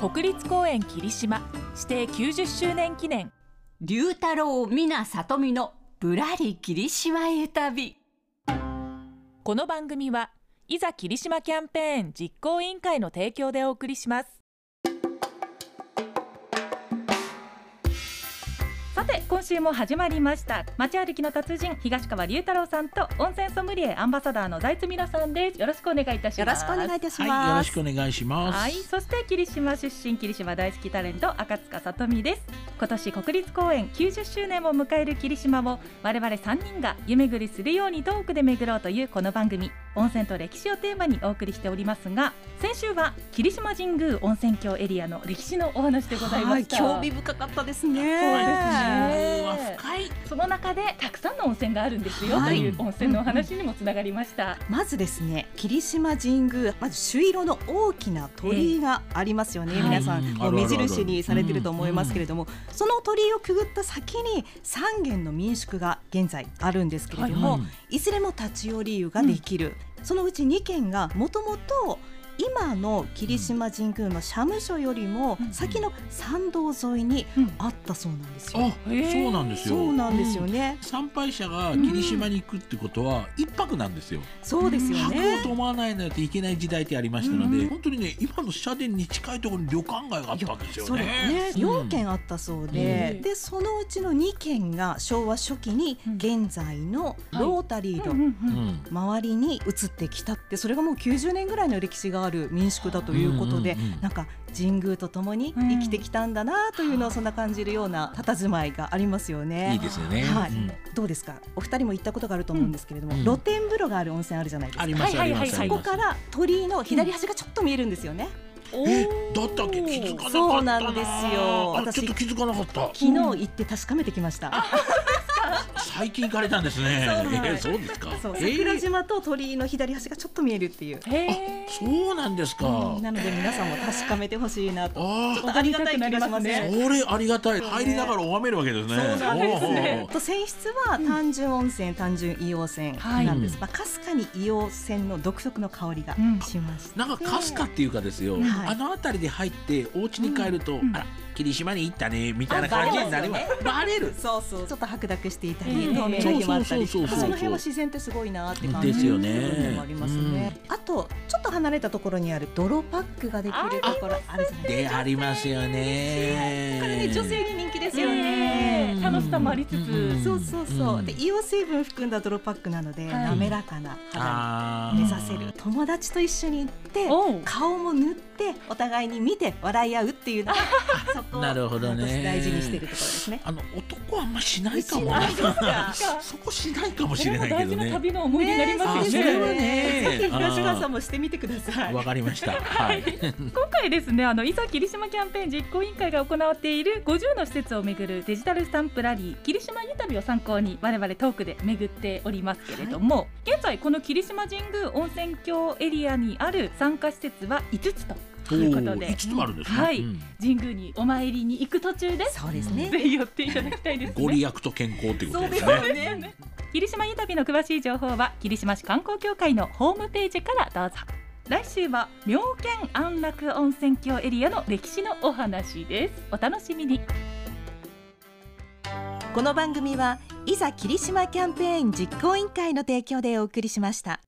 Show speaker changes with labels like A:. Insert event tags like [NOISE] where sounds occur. A: 国立公園霧島指定90周年記念
B: 龍太郎皆里美のぶらり霧島へ旅
A: この番組はいざ霧島キャンペーン実行委員会の提供でお送りします
C: さて今週も始まりました街歩きの達人東川龍太郎さんと温泉ソムリエアンバサダーの財津美奈さんですよろしくお願いいたします
D: よろしくお願いいたします、
E: はい、よろしくお願いします
C: はい、そして霧島出身霧島大好きタレント赤塚さとみです今年国立公園90周年を迎える霧島を我々3人が夢ぐりするようにトークで巡ろうというこの番組温泉と歴史をテーマにお送りしておりますが先週は霧島神宮温泉郷エリアの歴史のお話でございました
D: 興味深かったですね
C: そうですね
E: は深い
C: その中でたくさんの温泉があるんですよ、
D: はい
C: という温泉のお話にもつながりました。
D: まずですね霧島神宮まず朱色の大きな鳥居がありますよね、
C: ええ
D: 皆さん、
E: はい
D: もう目印にされてると思いますけれども、その鳥居をくぐった先に3軒の民宿が現在あるんですけれども、
E: はい
D: い、ずれも立ち寄り湯ができる、そのうち2軒がもともと今の霧島神宮の社務所よりも先の参道沿いにあったそうなんですよ。
C: へ
E: あ、
C: ー
E: そうなんですよ
D: そうなんですよね、
E: 参拝者が霧島に行くってことは一泊なんですよ、
D: そうですよ
E: 泊
D: ね。
E: を泊まらないなんていけない時代ってありましたので、
C: うん
E: 本当にね今の社殿に近いところに旅館街があったんですよ
D: そうだ
E: ね
D: ね。4軒あったそうで、
C: うん
D: でそのうちの2軒が昭和初期に
C: うん
D: 現在のロータリー
C: う
D: の
C: んうんうん
E: ん
D: 周りに移ってきたってそれがもう90年ぐらいの歴史がある民宿だということで、
E: うんうんうん
D: なんか神宮とともに生きてきたんだなというのをそんな感じるような佇まいがありますよね。
E: いいですよね、
D: はい
E: うん
D: どうですかお二人も行ったことがあると思うんですけれども、
E: うん
D: 露天風呂がある温泉あるじゃないです
E: あ
D: か
E: りますあ
C: はい
E: り
C: はい
E: ま
C: はい
E: す
D: そこから鳥居の左端がちょっと見えるんですよね、
E: えだったっけ気づかなかったな
D: そうなんですよ
E: あちょっと気づかなかった
D: 昨日行って確かめてきました、
E: 最近行かれたんですね
D: そうなん
E: えそうですか
D: そう
E: えー
D: 桜島と鳥居の左端がちょっと見えるっていう、
C: へえ。
E: そうなんですか、
D: うんなので皆さんも確かめてほしいなと、
E: あ
D: ち
E: ー
D: ょっとありがたい気がしますね。
E: それありがたい
D: そうね
E: 入りながら拝めるわけですね
D: そうなんです
E: お
D: ね
E: ー。
D: と泉質は単純温泉、単純硫黄泉なんです。
E: はい
D: まあかすかに硫黄泉の独特の香りが
C: うん
D: しました。
E: なんかかすかっていうかですよ、
D: はい
E: あの辺りで入ってお家に帰ると、
C: ん
E: あら霧島に行ったねみたいな感じになりますバレる
D: そうそう。ちょっと白濁していた
C: う
D: り、
C: ん
D: 透明な日もあったり、
E: そうそうそうそう
D: その辺は自然ってすごいなって感じ
E: ですよね
D: 部分もありますね。あとちょっと離れたところにある泥パックができるところあるじゃないですか。
E: でありますよね
D: これね女性に人気ですよね。
C: ねえ楽しさもありつ
E: うん
C: つ。
D: そうそうそう、
E: うん
D: で硫黄成分含んだ泥パックなので、
C: はい
D: 滑らかな肌
E: あー
D: に目指せる友達と一緒に行って
C: おう
D: 顔も塗ってお互いに見て笑い合うって [LAUGHS] いうのがそこを
E: なるほどね
D: 私大事にしてるところですね。
E: あの男はあんましないかも
D: しないですか
E: そこしないかも
C: そ
E: し
C: れ
E: れ
C: も
E: ないけ
C: 大
E: ど
C: 事な
E: ね
C: 旅の思い出になりま
E: あ
C: す
E: そ
C: よ
E: れ
C: ね。
E: は
D: ぜひ
E: ね
D: 東川さんもしてみてくださ
E: あー
D: い。
E: わかりましたはい
C: 今回ですねあのいざ霧島キャンペーン実行委員会が行っている50の施設をめぐるデジタルスタンプラリー霧島ゆたびを参考に我々トークで巡っておりますけれども、現在この霧島神宮温泉郷エリアにある参加施設は5つと
E: お
C: いうこと
E: ー
C: で
E: 5つもあるんですね、
C: はい
E: うん
C: 神宮にお参りに行く途中で
D: そうですね。
C: ぜひ寄っていただきたいです
E: ご利
C: ね。
E: 益と健康ということです
D: そうです
E: ね
D: よね。
C: 霧島ゆたびの詳しい情報は霧島市観光協会のホームページからどうぞ。来週は妙見安楽温泉郷エリアの歴史のお話です。お楽しみに。
D: この番組はいざ霧島キャンペーン実行委員会の提供でお送りしました。